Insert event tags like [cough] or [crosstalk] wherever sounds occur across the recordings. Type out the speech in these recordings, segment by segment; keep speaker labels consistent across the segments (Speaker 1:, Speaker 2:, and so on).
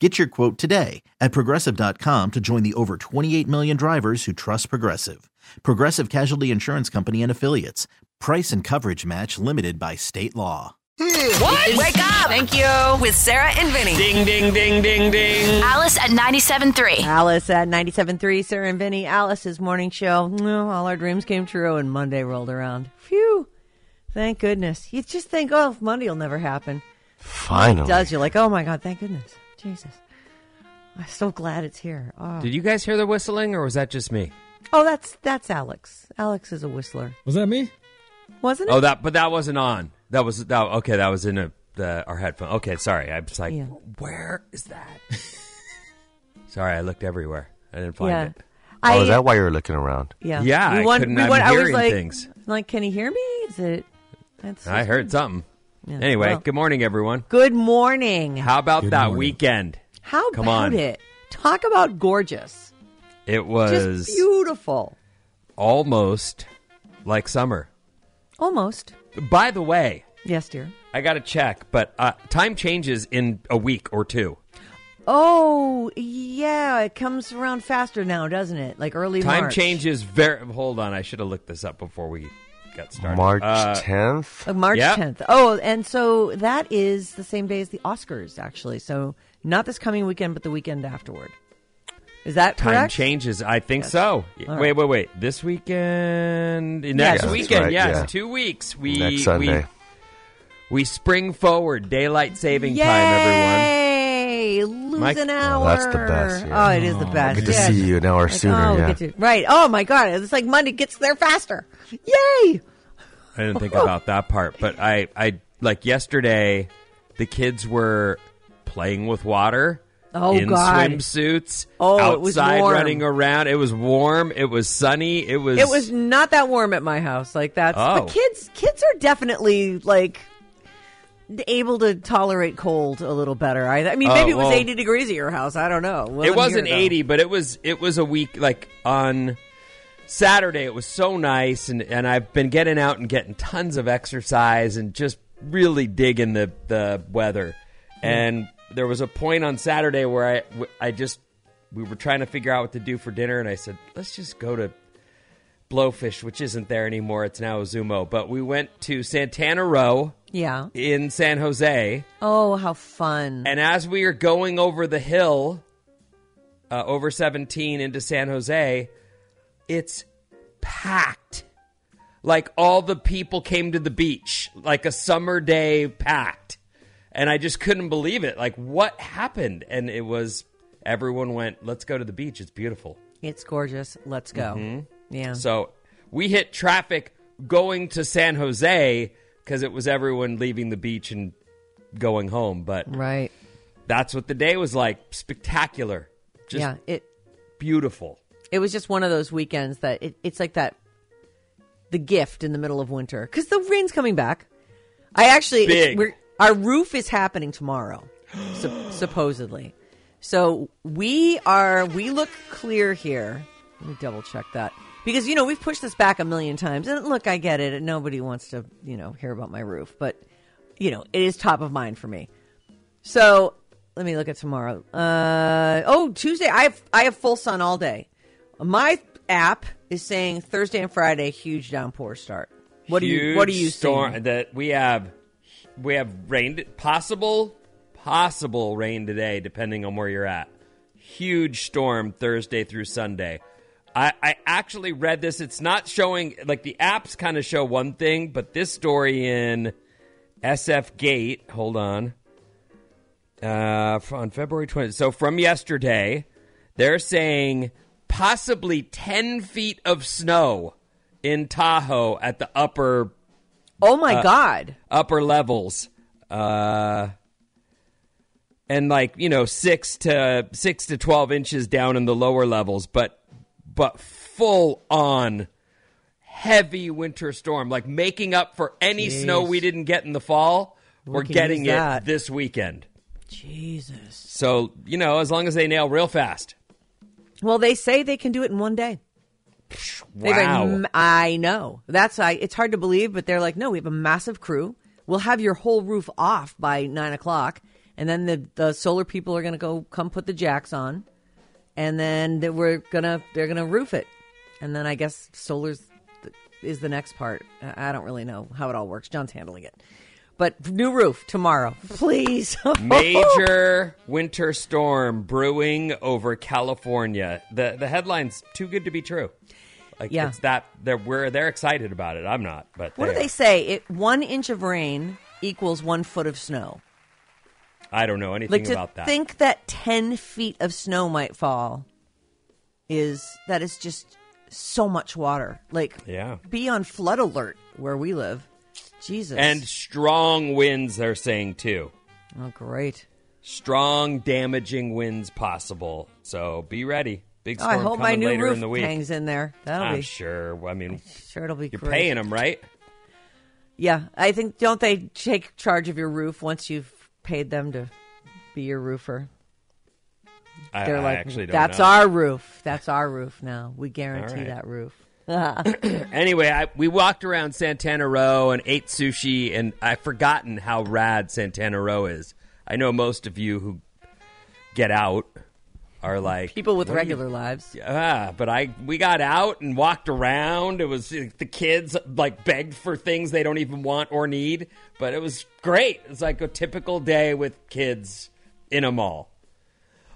Speaker 1: Get your quote today at progressive.com to join the over 28 million drivers who trust Progressive. Progressive Casualty Insurance Company and Affiliates. Price and coverage match limited by state law.
Speaker 2: Wake up! Thank you. With Sarah and Vinny.
Speaker 3: Ding, ding, ding, ding, ding.
Speaker 4: Alice at 97.3.
Speaker 5: Alice at 97.3, Sarah and Vinny, Alice's morning show. No, all our dreams came true and Monday rolled around. Phew. Thank goodness. You just think, oh, Monday will never happen.
Speaker 3: Finally.
Speaker 5: It does. You're like, oh my God, thank goodness. Jesus. I'm so glad it's here. Oh,
Speaker 3: Did you guys hear the whistling, or was that just me?
Speaker 5: oh that's that's Alex. Alex is a whistler.
Speaker 6: Was that me?
Speaker 5: Wasn't it?
Speaker 3: [laughs] Oh, that, but that wasn't on. That was that. Okay, that was in a, the our headphone. Okay, sorry. I was like,
Speaker 5: Yeah.
Speaker 3: where is that? [laughs] sorry, I looked everywhere. I didn't find
Speaker 5: yeah.
Speaker 3: it.
Speaker 5: I,
Speaker 7: Oh, is that why you're looking around?
Speaker 5: yeah.
Speaker 3: Yeah, I couldn't- I'm
Speaker 5: I was
Speaker 3: hearing
Speaker 5: like,
Speaker 3: things.
Speaker 5: like, can he hear me? Is it? That's
Speaker 3: I heard something.
Speaker 5: Yeah.
Speaker 3: Anyway,
Speaker 5: Well,
Speaker 3: good morning, everyone.
Speaker 5: good morning.
Speaker 3: How about
Speaker 6: Good
Speaker 3: that
Speaker 6: morning.
Speaker 3: weekend?
Speaker 5: How
Speaker 3: Come
Speaker 5: about
Speaker 3: on.
Speaker 5: it? Talk about gorgeous.
Speaker 3: It was
Speaker 5: Just beautiful.
Speaker 3: almost like summer.
Speaker 5: Almost.
Speaker 3: By the way,
Speaker 5: Yes, dear.
Speaker 3: I got to check, but uh, time changes in a week or two.
Speaker 5: Oh, yeah. It comes around faster now, doesn't it? Like early
Speaker 3: Time
Speaker 5: March.
Speaker 3: changes very. Hold on, I should have looked this up before we got started.
Speaker 7: March
Speaker 3: Uh,
Speaker 7: 10th?
Speaker 5: Like March
Speaker 3: Yep.
Speaker 5: 10th. Oh, and so that is the same day as the Oscars, actually. So not this coming weekend, but the weekend afterward. Is that
Speaker 3: time
Speaker 5: correct?
Speaker 3: changes. I think so. Wait,
Speaker 5: right.
Speaker 3: wait, wait. This weekend, next
Speaker 5: that's
Speaker 3: weekend,
Speaker 7: right,
Speaker 3: yeah,
Speaker 7: yeah.
Speaker 3: it's two weeks. We
Speaker 7: Next Sunday.
Speaker 3: we we spring forward, daylight saving
Speaker 5: Yay!
Speaker 3: time, everyone.
Speaker 5: Lose
Speaker 3: Mike-
Speaker 5: an hour.
Speaker 7: Oh, that's the best, yeah.
Speaker 5: Oh, it is the best.
Speaker 7: Good to
Speaker 5: yes.
Speaker 7: see you an hour
Speaker 5: Like,
Speaker 7: sooner.
Speaker 5: oh, we
Speaker 7: yeah.
Speaker 5: get to- right. Oh, my God. It's like Monday gets there faster. Yay!
Speaker 3: I didn't
Speaker 5: [laughs]
Speaker 3: think about that part, but I I like yesterday, the kids were playing with water.
Speaker 5: Oh,
Speaker 3: in
Speaker 5: God.
Speaker 3: swimsuits.
Speaker 5: Oh,
Speaker 3: outside
Speaker 5: it was warm.
Speaker 3: running around. It was warm. It was sunny. It was.
Speaker 5: It was not that warm at my house. Like that's
Speaker 3: Oh.
Speaker 5: but kids kids are definitely like able to tolerate cold a little better. I, I mean
Speaker 3: Oh,
Speaker 5: maybe it was
Speaker 3: well-
Speaker 5: 80 degrees at your house. I don't know.
Speaker 3: it wasn't 80 but it was it was a week like on saturday it was so nice and and i've been getting out and getting tons of exercise and just really digging the the weather and there was a point on saturday where i w- i just we were trying to figure out what to do for dinner and i said let's just go to blowfish which isn't there anymore it's now Zumo. but we went to santana row
Speaker 5: Yeah.
Speaker 3: in san jose
Speaker 5: Oh, how fun.
Speaker 3: and as we are going over the hill, uh, over 17 into San Jose, it's packed. Like all the people came to the beach, like a summer day packed. And I just couldn't believe it. Like, what happened? And it was everyone went, let's go to the beach. It's beautiful.
Speaker 5: It's gorgeous. Let's go. Yeah.
Speaker 3: Mm-hmm. So we hit traffic going to San Jose because it was everyone leaving the beach and going home. But
Speaker 5: right.
Speaker 3: that's what the day was like. Spectacular. Just
Speaker 5: yeah. It
Speaker 3: beautiful.
Speaker 5: it was just one of those weekends that it, it's like that the gift in the middle of winter because the rain's coming back i actually it's-
Speaker 3: Big.
Speaker 5: we're, our roof is happening tomorrow sup- supposedly so we are we look clear here let me double check that because you know we've pushed this back a million times and look i get it nobody wants to you know hear about my roof but you know it is top of mind for me so let me look at tomorrow. Uh, oh, Tuesday. I have I have full sun all day. My app is saying Thursday and Friday huge downpour start. What do you What do
Speaker 3: Huge
Speaker 5: you
Speaker 3: storm
Speaker 5: seeing?
Speaker 3: that we have? We have rain. t- Possible, possible rain today, depending on where you're at. Huge storm Thursday through Sunday. I, I actually read this. It's not showing like the apps kind of show one thing, but this story in SF Gate. Hold on. Uh, f- on February 20th. So from yesterday, they're saying possibly 10 feet of snow in Tahoe at the upper
Speaker 5: Oh my
Speaker 3: Uh,
Speaker 5: God.
Speaker 3: upper levels uh and like you know 6 to 6 to 12 inches down in the lower levels but but full on heavy winter storm like making up for any snow we didn't get in the fall we're
Speaker 5: can
Speaker 3: getting
Speaker 5: use
Speaker 3: it
Speaker 5: that.
Speaker 3: this weekend
Speaker 5: Jesus.
Speaker 3: so you know as long as they nail real fast
Speaker 5: Well, they say they can do it in one day. They've like,
Speaker 3: wow
Speaker 5: "Mm, I know. That's I. It's hard to believe, but they're like, no, we have a massive crew. We'll have your whole roof off by nine o'clock, and then the the solar people are gonna go come put the jacks on, and then they, we're gonna they're gonna roof it, and then I guess solar's th- is the next part. I I don't really know how it all works. John's handling it, but new roof tomorrow, [laughs] please.
Speaker 3: Major winter storm brewing over California. The the headline's too good to be true. Like
Speaker 5: Yeah.
Speaker 3: it's that they're we're they're excited about it. I'm not, but
Speaker 5: what do they
Speaker 3: are.
Speaker 5: say? It one inch of rain equals one foot of snow.
Speaker 3: I don't know anything
Speaker 5: like to
Speaker 3: about that.
Speaker 5: think that 10 feet of snow might fall is that is just so much water like
Speaker 3: Yeah.
Speaker 5: be on flood alert where we live jesus
Speaker 3: and strong winds they're saying too.
Speaker 5: oh great
Speaker 3: Strong damaging winds possible. So be ready. Big
Speaker 5: oh,
Speaker 3: storm
Speaker 5: i hope my
Speaker 3: coming
Speaker 5: new
Speaker 3: later
Speaker 5: roof
Speaker 3: in the week.
Speaker 5: hangs in there that'll
Speaker 3: I'm
Speaker 5: be
Speaker 3: sure. I mean,
Speaker 5: sure it'll be
Speaker 3: you're
Speaker 5: great.
Speaker 3: paying them, right?
Speaker 5: yeah i think don't they take charge of your roof once you've paid them to be your roofer
Speaker 3: I,
Speaker 5: they're
Speaker 3: I
Speaker 5: like
Speaker 3: actually don't
Speaker 5: that's
Speaker 3: know.
Speaker 5: our roof that's our roof now we guarantee
Speaker 3: right.
Speaker 5: that roof
Speaker 3: Anyway, I, we walked around Santana Row and ate sushi, and I've forgotten how rad Santana Row is. I know most of you who get out are like
Speaker 5: people with
Speaker 3: "What are you-
Speaker 5: regular lives
Speaker 3: Ah, but I we got out and walked around. It was uh, the kids like begged for things they don't even want or need, but it was great. It's like a typical day with kids in a mall.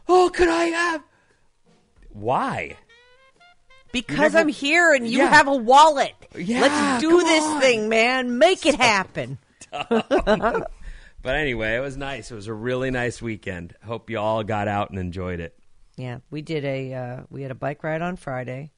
Speaker 3: Oh, could I have? Why?
Speaker 5: Because
Speaker 3: never-
Speaker 5: I'm here and you
Speaker 3: Yeah.
Speaker 5: have a wallet.
Speaker 3: Yeah,
Speaker 5: Let's do
Speaker 3: come
Speaker 5: this
Speaker 3: on.
Speaker 5: thing, man. Make it happen.
Speaker 3: But anyway, it was nice. It was a really nice weekend. Hope you all got out and enjoyed it.
Speaker 5: Yeah, we did a uh, we had a bike ride on Friday,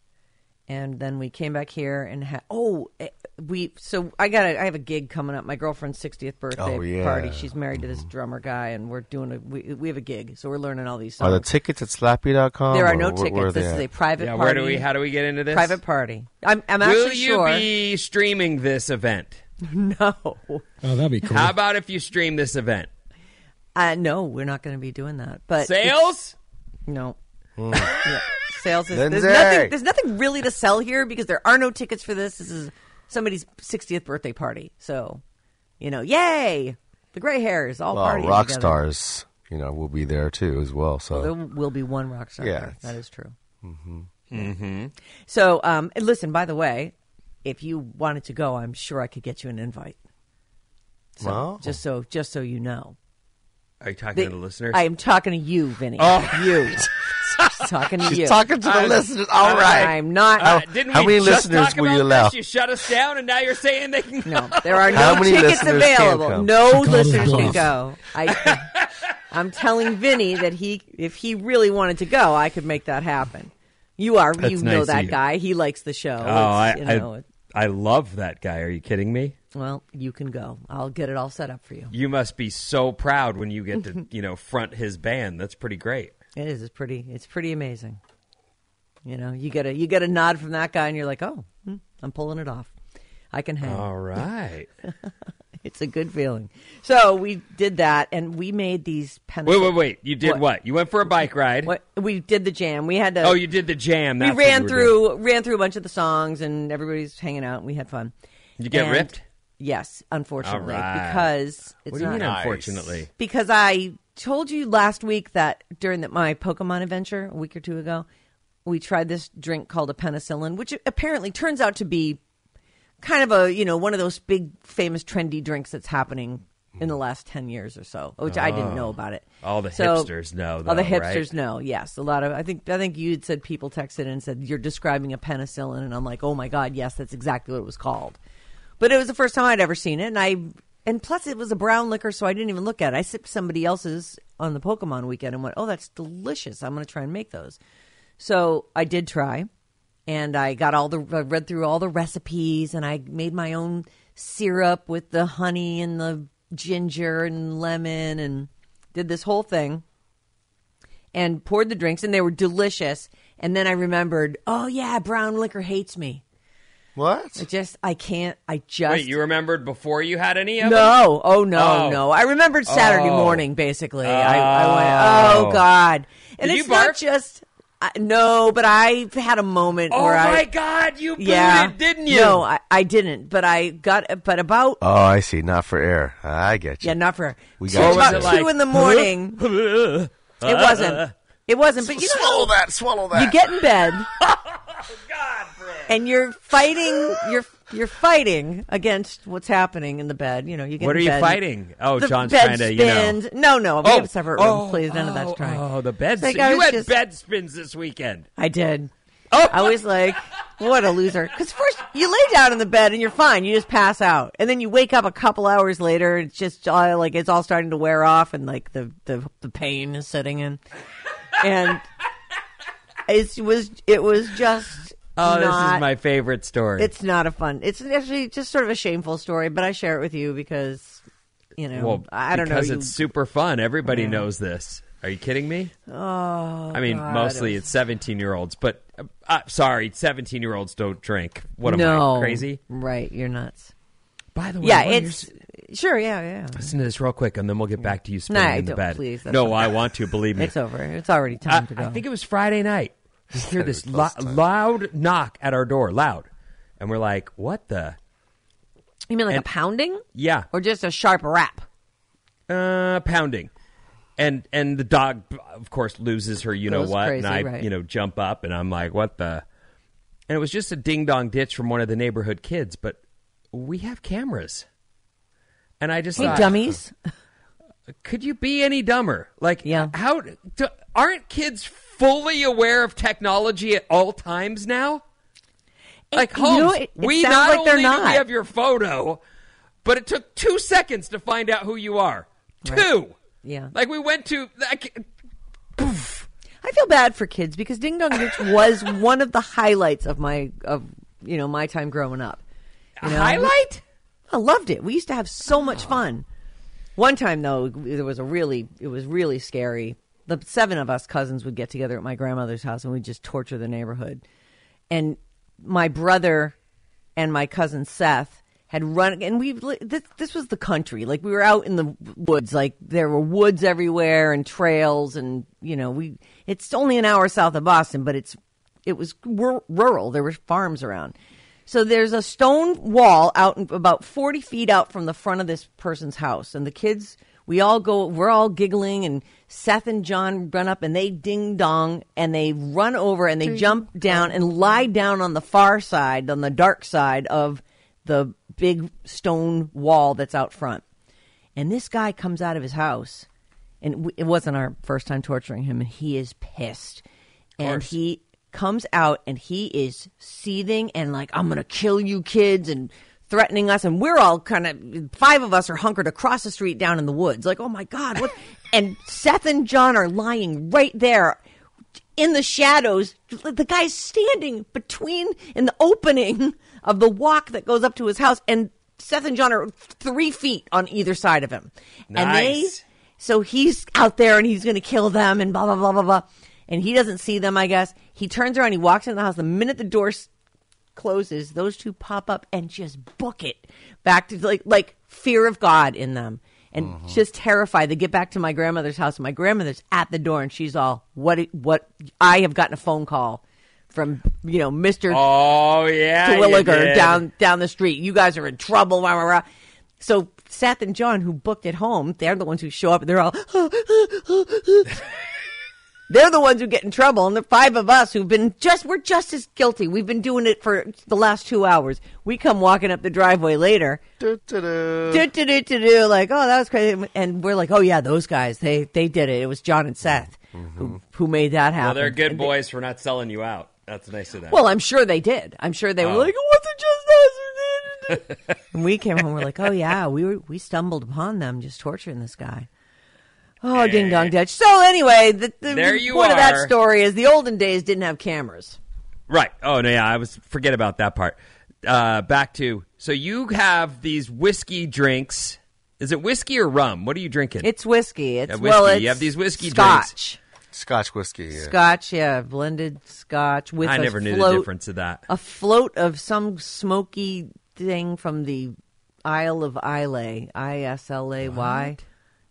Speaker 5: and then we came back here and had oh eh, we so I got a, I have a gig coming up. My girlfriend's 60th birthday
Speaker 7: Oh, yeah. Mm-hmm.
Speaker 5: party. She's married to this drummer guy, and we're doing a we, we have a gig, so we're learning all these
Speaker 7: Are
Speaker 5: songs.
Speaker 7: the tickets at slappy.com?
Speaker 5: there are
Speaker 7: or
Speaker 5: no
Speaker 7: Oh, where- where
Speaker 5: tickets. This is
Speaker 7: they
Speaker 5: a
Speaker 7: at?
Speaker 5: private
Speaker 3: Yeah,
Speaker 5: party.
Speaker 3: where do we? How do we get into this?
Speaker 5: private party? I'm, I'm
Speaker 3: Will
Speaker 5: actually
Speaker 3: you
Speaker 5: sure.
Speaker 3: be streaming this event?
Speaker 5: [laughs] No,
Speaker 6: Oh, that'd be cool.
Speaker 3: How about if you stream this event?
Speaker 5: uh, no, we're not going to be doing that. But
Speaker 3: Sales.
Speaker 5: No. Yeah. Sales is there's
Speaker 7: Hmm. Lindsay!
Speaker 5: nothing, there's nothing really to sell here because there are no tickets for this. This is somebody's 60th birthday party. So, you know, yay! The gray hairs all
Speaker 7: Well,
Speaker 5: partying
Speaker 7: Oh, rock
Speaker 5: together.
Speaker 7: stars, you know, will be there too as well. So
Speaker 5: There will be one rock star.
Speaker 7: Yeah,
Speaker 5: there.
Speaker 7: it's-
Speaker 5: that is true. Mm-hmm. Mm-hmm. So, um, and listen. By the way, if you wanted to go, I'm sure I could get you an invite. So,
Speaker 7: Wow.
Speaker 5: just so just so you know,
Speaker 3: Are you talking
Speaker 5: The-
Speaker 3: to the listeners?
Speaker 5: I am talking to you, Vinny. you. [laughs] talking to
Speaker 7: Oh. she's
Speaker 5: you.
Speaker 7: talking to the listeners. All right.
Speaker 5: I'm not.
Speaker 7: How-
Speaker 3: Uh, Didn't
Speaker 7: how
Speaker 3: we
Speaker 7: many
Speaker 3: just
Speaker 7: listeners
Speaker 3: talk
Speaker 7: will
Speaker 3: about
Speaker 7: you allow?
Speaker 3: this? You shut us down, and now you're saying they can.
Speaker 5: No, there are
Speaker 7: How
Speaker 5: no
Speaker 7: many
Speaker 5: tickets
Speaker 7: listeners can
Speaker 5: available.
Speaker 7: come?
Speaker 5: No
Speaker 6: Chicago's
Speaker 5: listeners can
Speaker 6: bluff.
Speaker 5: go. I, I'm telling Vinny that he, if he really wanted to go, I could make that happen. You are, you
Speaker 3: That's
Speaker 5: know
Speaker 3: nice of
Speaker 5: that
Speaker 3: you.
Speaker 5: guy. He likes the show.
Speaker 3: [laughs] Oh, I,
Speaker 5: It's, you know, it-
Speaker 3: I, I love that guy. Are you kidding me?
Speaker 5: well, you can go. I'll get it all set up for you.
Speaker 3: You must be so proud when you
Speaker 5: [laughs]
Speaker 3: get to, you know, front his band. That's pretty great.
Speaker 5: It is. It's pretty. It's pretty amazing. You know, you get a you get a nod from that guy, and you're like, oh, hmm, I'm pulling it off. I can hang. [laughs]
Speaker 3: All right.
Speaker 5: It's a good feeling. So we did that, and we made these pencil.
Speaker 3: wait, wait, wait. You did what?
Speaker 5: What?
Speaker 3: You went for a bike ride.
Speaker 5: What we did the jam. We had to.
Speaker 3: Oh, you did the jam.
Speaker 5: we
Speaker 3: That's what
Speaker 5: ran
Speaker 3: you were doing.
Speaker 5: through ran through a bunch of the songs, and everybody's hanging out, and we had fun.
Speaker 3: You get
Speaker 5: And-
Speaker 3: ripped?
Speaker 5: Yes, unfortunately,
Speaker 3: All right.
Speaker 5: because it's
Speaker 3: What do you
Speaker 5: not
Speaker 3: mean? Unfortunately,
Speaker 5: because I told you last week that during the, my Pokemon adventure a week or two ago, we tried this drink called a penicillin, which apparently turns out to be kind of a you know one of those big famous trendy drinks that's happening in the last 10 years or so, which I didn't know about it.
Speaker 3: Hmm. Ah. All the hipsters know,
Speaker 5: all the
Speaker 3: though, right?
Speaker 5: hipsters know. Yes, a lot of I think I think you had said people texted and said you're describing a penicillin and I'm like, "Oh my god, yes, that's exactly what it was called." But it was the first time I'd ever seen it and I and plus it was a brown liquor so I didn't even look at it. I sipped somebody else's on the Pokemon weekend and went, "Oh, that's delicious. I'm going to try and make those." So, I did try and I got all the I read through all the recipes and I made my own syrup with the honey and the ginger and lemon and did this whole thing and poured the drinks and they were delicious and then I remembered, oh yeah, brown liquor hates me.
Speaker 7: What?
Speaker 5: I just I can't I just
Speaker 3: Wait, you remembered before you had any of them?
Speaker 5: no, oh no,
Speaker 3: Oh.
Speaker 5: no. I remembered Saturday
Speaker 3: Oh.
Speaker 5: morning. Basically, I, I went, oh god, and
Speaker 3: Did
Speaker 5: it's
Speaker 3: you
Speaker 5: not
Speaker 3: barf?
Speaker 5: just I, no, but I had a moment
Speaker 3: Oh
Speaker 5: where I,
Speaker 3: my God, you booted,
Speaker 5: yeah,
Speaker 3: didn't you?
Speaker 5: No, I, I didn't. But I got, but about
Speaker 7: Oh, I see. Not for air. I get you.
Speaker 5: yeah, not for
Speaker 7: We
Speaker 5: two,
Speaker 7: got you.
Speaker 5: about
Speaker 7: What was
Speaker 3: it
Speaker 5: two
Speaker 3: like?
Speaker 5: in the
Speaker 3: [laughs]
Speaker 5: morning. it wasn't. It wasn't. But you know,
Speaker 7: swallow that. Swallow that.
Speaker 5: you get in bed. And you're fighting. You're you're fighting against what's happening in the bed. You know, you get.
Speaker 3: What
Speaker 5: in
Speaker 3: are you
Speaker 5: bed.
Speaker 3: fighting? Oh,
Speaker 5: the
Speaker 3: John's
Speaker 5: bed
Speaker 3: trying to, you know.
Speaker 5: spins. No, no, we
Speaker 3: Oh,
Speaker 5: have a separate room,
Speaker 3: oh,
Speaker 5: please. None of that's
Speaker 3: oh,
Speaker 5: trying.
Speaker 3: Oh, the bed.
Speaker 5: It's like
Speaker 3: spin-
Speaker 5: I
Speaker 3: you
Speaker 5: was
Speaker 3: had
Speaker 5: just-
Speaker 3: bed spins this weekend.
Speaker 5: I did.
Speaker 3: Oh.
Speaker 5: I was like, what a loser. Because first, you lay down in the bed and you're fine. You just pass out. And then you wake up a couple hours later. It's just all, like, it's all starting to wear off and like the, the, the pain is setting in. And it was, it was just.
Speaker 3: Oh, this
Speaker 5: not-
Speaker 3: is my favorite story.
Speaker 5: It's not a fun. It's actually just sort of a shameful story, but I share it with you because, you know,
Speaker 3: well,
Speaker 5: I don't know.
Speaker 3: because
Speaker 5: you-
Speaker 3: it's super fun. Everybody knows this. Are you kidding me? Oh, I mean,
Speaker 5: God,
Speaker 3: mostly
Speaker 5: it
Speaker 3: it's seventeen-year-olds, but uh, uh, sorry, seventeen-year-olds don't drink. What am
Speaker 5: no.
Speaker 3: I crazy?
Speaker 5: Right. You're nuts.
Speaker 3: By the way,
Speaker 5: Yeah.
Speaker 3: what are your
Speaker 5: It's sure. Yeah. Yeah.
Speaker 3: Listen to this real quick, and then we'll get back to you spinning
Speaker 5: No, I
Speaker 3: in the
Speaker 5: don't,
Speaker 3: bed.
Speaker 5: please, that's
Speaker 3: no,
Speaker 5: fine.
Speaker 3: I want to. Believe me.
Speaker 5: It's over. It's already time
Speaker 3: [laughs] I,
Speaker 5: to go.
Speaker 3: I think it was Friday night. We hear this lo-
Speaker 7: close time.
Speaker 3: loud knock at our door, loud, and we're like, "What the?
Speaker 5: you mean like
Speaker 3: and-
Speaker 5: a pounding?
Speaker 3: Yeah,
Speaker 5: Or just a sharp rap?
Speaker 3: uh, pounding." And and the dog, of course, loses her. You know
Speaker 5: Goes
Speaker 3: what?
Speaker 5: crazy,
Speaker 3: and I,
Speaker 5: right.
Speaker 3: you know, jump up, and I'm like, "What the?" And it was just a ding dong ditch from one of the neighborhood kids, but we have cameras. And I just
Speaker 5: Hey,
Speaker 3: thought,
Speaker 5: dummies.
Speaker 3: could you be any dumber? Like,
Speaker 5: Yeah.
Speaker 3: how do, aren't kids fully aware of technology at all times now? Like,
Speaker 5: you know,
Speaker 3: Holmes,
Speaker 5: it- it
Speaker 3: we
Speaker 5: sounds
Speaker 3: not
Speaker 5: like
Speaker 3: only
Speaker 5: they're
Speaker 3: do we
Speaker 5: not.
Speaker 3: have your photo, but it took two seconds to find out who you are. Two.
Speaker 5: Yeah.
Speaker 3: Like we went to. Like, poof.
Speaker 5: I feel bad for kids because Ding Dong Ditch was one of the highlights of my of you know my time growing up. You know?
Speaker 3: Highlight.
Speaker 5: I loved it. We used to have so much fun. One time though, there was a really it was really scary. The seven of us cousins would get together at my grandmother's house and we'd just torture the neighborhood. And my brother and my cousin Seth had run and we li- this, this was the country. Like we were out in the woods. Like there were woods everywhere and trails and you know, we it's only an hour south of Boston, but it's it was rur- rural. There were farms around. So there's a stone wall out in- about 40 feet out from the front of this person's house. And the kids, we all go, we're all giggling. And Seth and John run up and they ding dong and they run over and they jump down and lie down on the far side, on the dark side of the big stone wall that's out front. And this guy comes out of his house, and w- it wasn't our first time torturing him, and he is pissed. And he comes out and he is seething and like, I'm going to kill you kids and threatening us. And we're all kind of, five of us are hunkered across the street down in the woods. Like, oh my God. What? [laughs] and Seth and John are lying right there in the shadows. The guy's standing between in the opening of the walk that goes up to his house, and Seth and John are three feet on either side of him. And they,
Speaker 3: Nice.
Speaker 5: so he's out there and he's going to kill them and blah blah blah blah blah. And he doesn't see them, I guess. He turns around, he walks in the house. The minute the door s- closes, those two pop up and just book it back to like like fear of God in them and just terrified. They get back to my grandmother's house and my grandmother's at the door and she's all what what I have gotten a phone call from you know Mister
Speaker 3: Oh yeah. you
Speaker 5: Terwilliger
Speaker 3: did.
Speaker 5: down down the street. You guys are in trouble. Rah, rah, rah. So Seth and John, who booked at home, they're the ones who show up. They're all [laughs] They're the ones who get in trouble, and the five of us who've been just, we're just as guilty. We've been doing it for the last two hours. We come walking up the driveway later. Do, do, do, do, do, like, oh, that was crazy. And we're like, oh, yeah, those guys, they, they did it. It was John and Seth who, who made that happen.
Speaker 3: Mm-hmm. Well, they're good
Speaker 5: And they-
Speaker 3: boys for not selling you out. That's nice of them.
Speaker 5: well, I'm sure they did. I'm sure they
Speaker 3: Oh.
Speaker 5: were like, it wasn't just us. who did
Speaker 3: [laughs]
Speaker 5: it." and we came home, we're like, oh, yeah, we were, we stumbled upon them just torturing this guy. Oh, ding dong, Dutch. So, anyway, the, the
Speaker 3: There you
Speaker 5: point of that
Speaker 3: are.
Speaker 5: story is the olden days didn't have cameras.
Speaker 3: right. Oh no, yeah, I was forget about that part. Uh, back to so you have these whiskey drinks. Is it whiskey or rum? What are you drinking?
Speaker 5: It's whiskey. It's
Speaker 3: Yeah,
Speaker 5: well,
Speaker 3: whiskey.
Speaker 5: it's
Speaker 3: You have these whiskey
Speaker 5: scotch.
Speaker 7: Scotch whiskey. Yeah.
Speaker 5: Scotch, yeah, blended scotch with
Speaker 3: I
Speaker 5: a
Speaker 3: never knew
Speaker 5: float-
Speaker 3: the difference of that.
Speaker 5: A float of some smoky thing from the Isle of Islay, I S L A Y.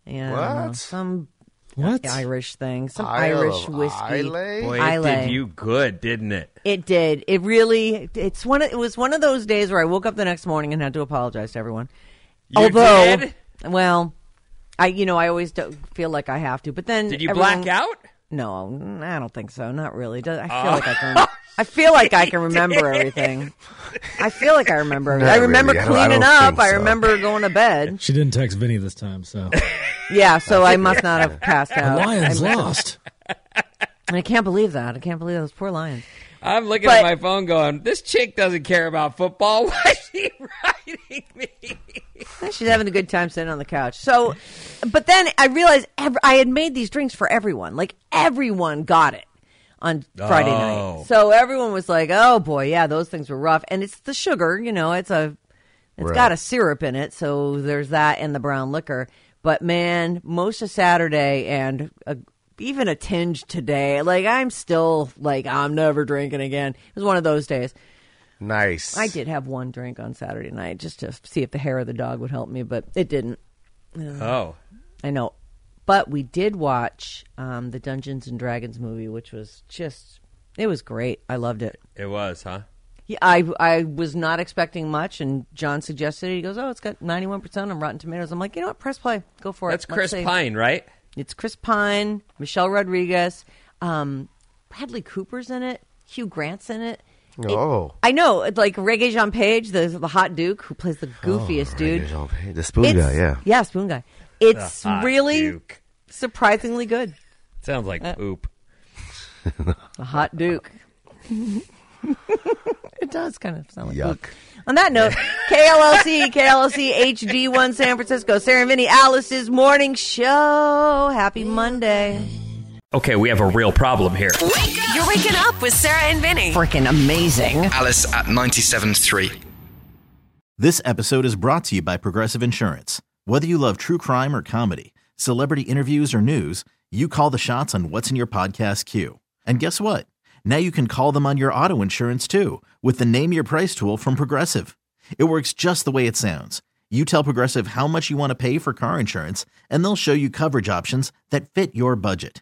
Speaker 5: Yeah, I don't know,
Speaker 7: What?
Speaker 5: some
Speaker 6: What?
Speaker 5: Irish thing, some
Speaker 7: Isle
Speaker 5: Irish
Speaker 7: of
Speaker 5: whiskey.
Speaker 7: Islay?
Speaker 3: Boy, it
Speaker 5: Islay.
Speaker 3: did you good, didn't it?
Speaker 5: It did. It really. It's one. Of, it was one of those days where I woke up the next morning and had to apologize to everyone.
Speaker 3: You
Speaker 5: Although,
Speaker 3: did?
Speaker 5: well, I you know I always do, feel like I have to, but then
Speaker 3: Did you
Speaker 5: everyone-
Speaker 3: black out?
Speaker 5: No, n- I don't think so. Not really. Do- I feel like I can. I feel like I can remember everything. I feel like I remember. everything. I
Speaker 7: Not
Speaker 5: remember
Speaker 7: really. I don't- I
Speaker 5: cleaning
Speaker 7: don't
Speaker 5: up.
Speaker 7: think
Speaker 5: I
Speaker 7: so.
Speaker 5: remember going to bed.
Speaker 6: She didn't text Vinny this time, so
Speaker 5: Yeah, so I must not have passed
Speaker 7: [laughs]
Speaker 5: out.
Speaker 6: Lions lost.
Speaker 5: I can't believe that. I can't believe those poor lions.
Speaker 3: I'm looking
Speaker 5: But-
Speaker 3: at my phone going, this chick doesn't care about football. [laughs] Why is she writing me?
Speaker 5: She's having a good time sitting on the couch. So, but then I realized ev- I had made these drinks for everyone. Like everyone got it on Friday
Speaker 3: Oh.
Speaker 5: night. So everyone was like, "Oh boy, yeah, those things were rough." And it's the sugar, you know. It's a, it's got a syrup in it, so there's that and the brown liquor. But man, most of Saturday and a, even a tinge today, like I'm still like I'm never drinking again. It was one of those days.
Speaker 7: Nice.
Speaker 5: I did have one drink on Saturday night just to see if the hair of the dog would help me, but it didn't.
Speaker 3: Oh.
Speaker 5: I know. But we did watch um, the Dungeons and Dragons movie, which was just it was great. I loved it.
Speaker 3: It was, huh?
Speaker 5: Yeah, I I was not expecting much, and John suggested it. He goes, "Oh, it's got ninety one percent on Rotten Tomatoes." I'm like, you know what? Press play. Go for
Speaker 3: That's
Speaker 5: it. Let's
Speaker 3: Chris
Speaker 5: see.
Speaker 3: Pine, right?
Speaker 5: It's Chris Pine, Michelle Rodriguez, um, Bradley Cooper's in it, Hugh Grant's in it. It-
Speaker 7: Oh.
Speaker 5: I know, it's like Reggae Jean Page, the the hot Duke who plays the goofiest dude.
Speaker 7: The Oh, spoon
Speaker 5: It's-
Speaker 7: guy, yeah.
Speaker 5: yeah, Spoon Guy. It's
Speaker 3: hot
Speaker 5: really Uh,
Speaker 3: Duke.
Speaker 5: surprisingly good.
Speaker 3: Sounds like oop.
Speaker 5: The hot
Speaker 7: [laughs]
Speaker 5: Duke. it does kind of sound like
Speaker 7: Yuck.
Speaker 5: Duke. On that
Speaker 7: [laughs]
Speaker 5: note, KLLC, KLLC HD1 San Francisco, Sarah and Vinny, Alice's morning show. Happy Monday.
Speaker 3: Okay, we have a real problem here.
Speaker 2: You're waking up with Sarah and Vinny.
Speaker 5: Freaking amazing.
Speaker 8: Alice at 97.3.
Speaker 1: This episode is brought to you by Progressive Insurance. Whether you love true crime or comedy, celebrity interviews or news, you call the shots on what's in your podcast queue. And guess what? Now you can call them on your auto insurance too with the Name Your Price tool from Progressive. It works just the way it sounds. You tell Progressive how much you want to pay for car insurance, and they'll show you coverage options that fit your budget.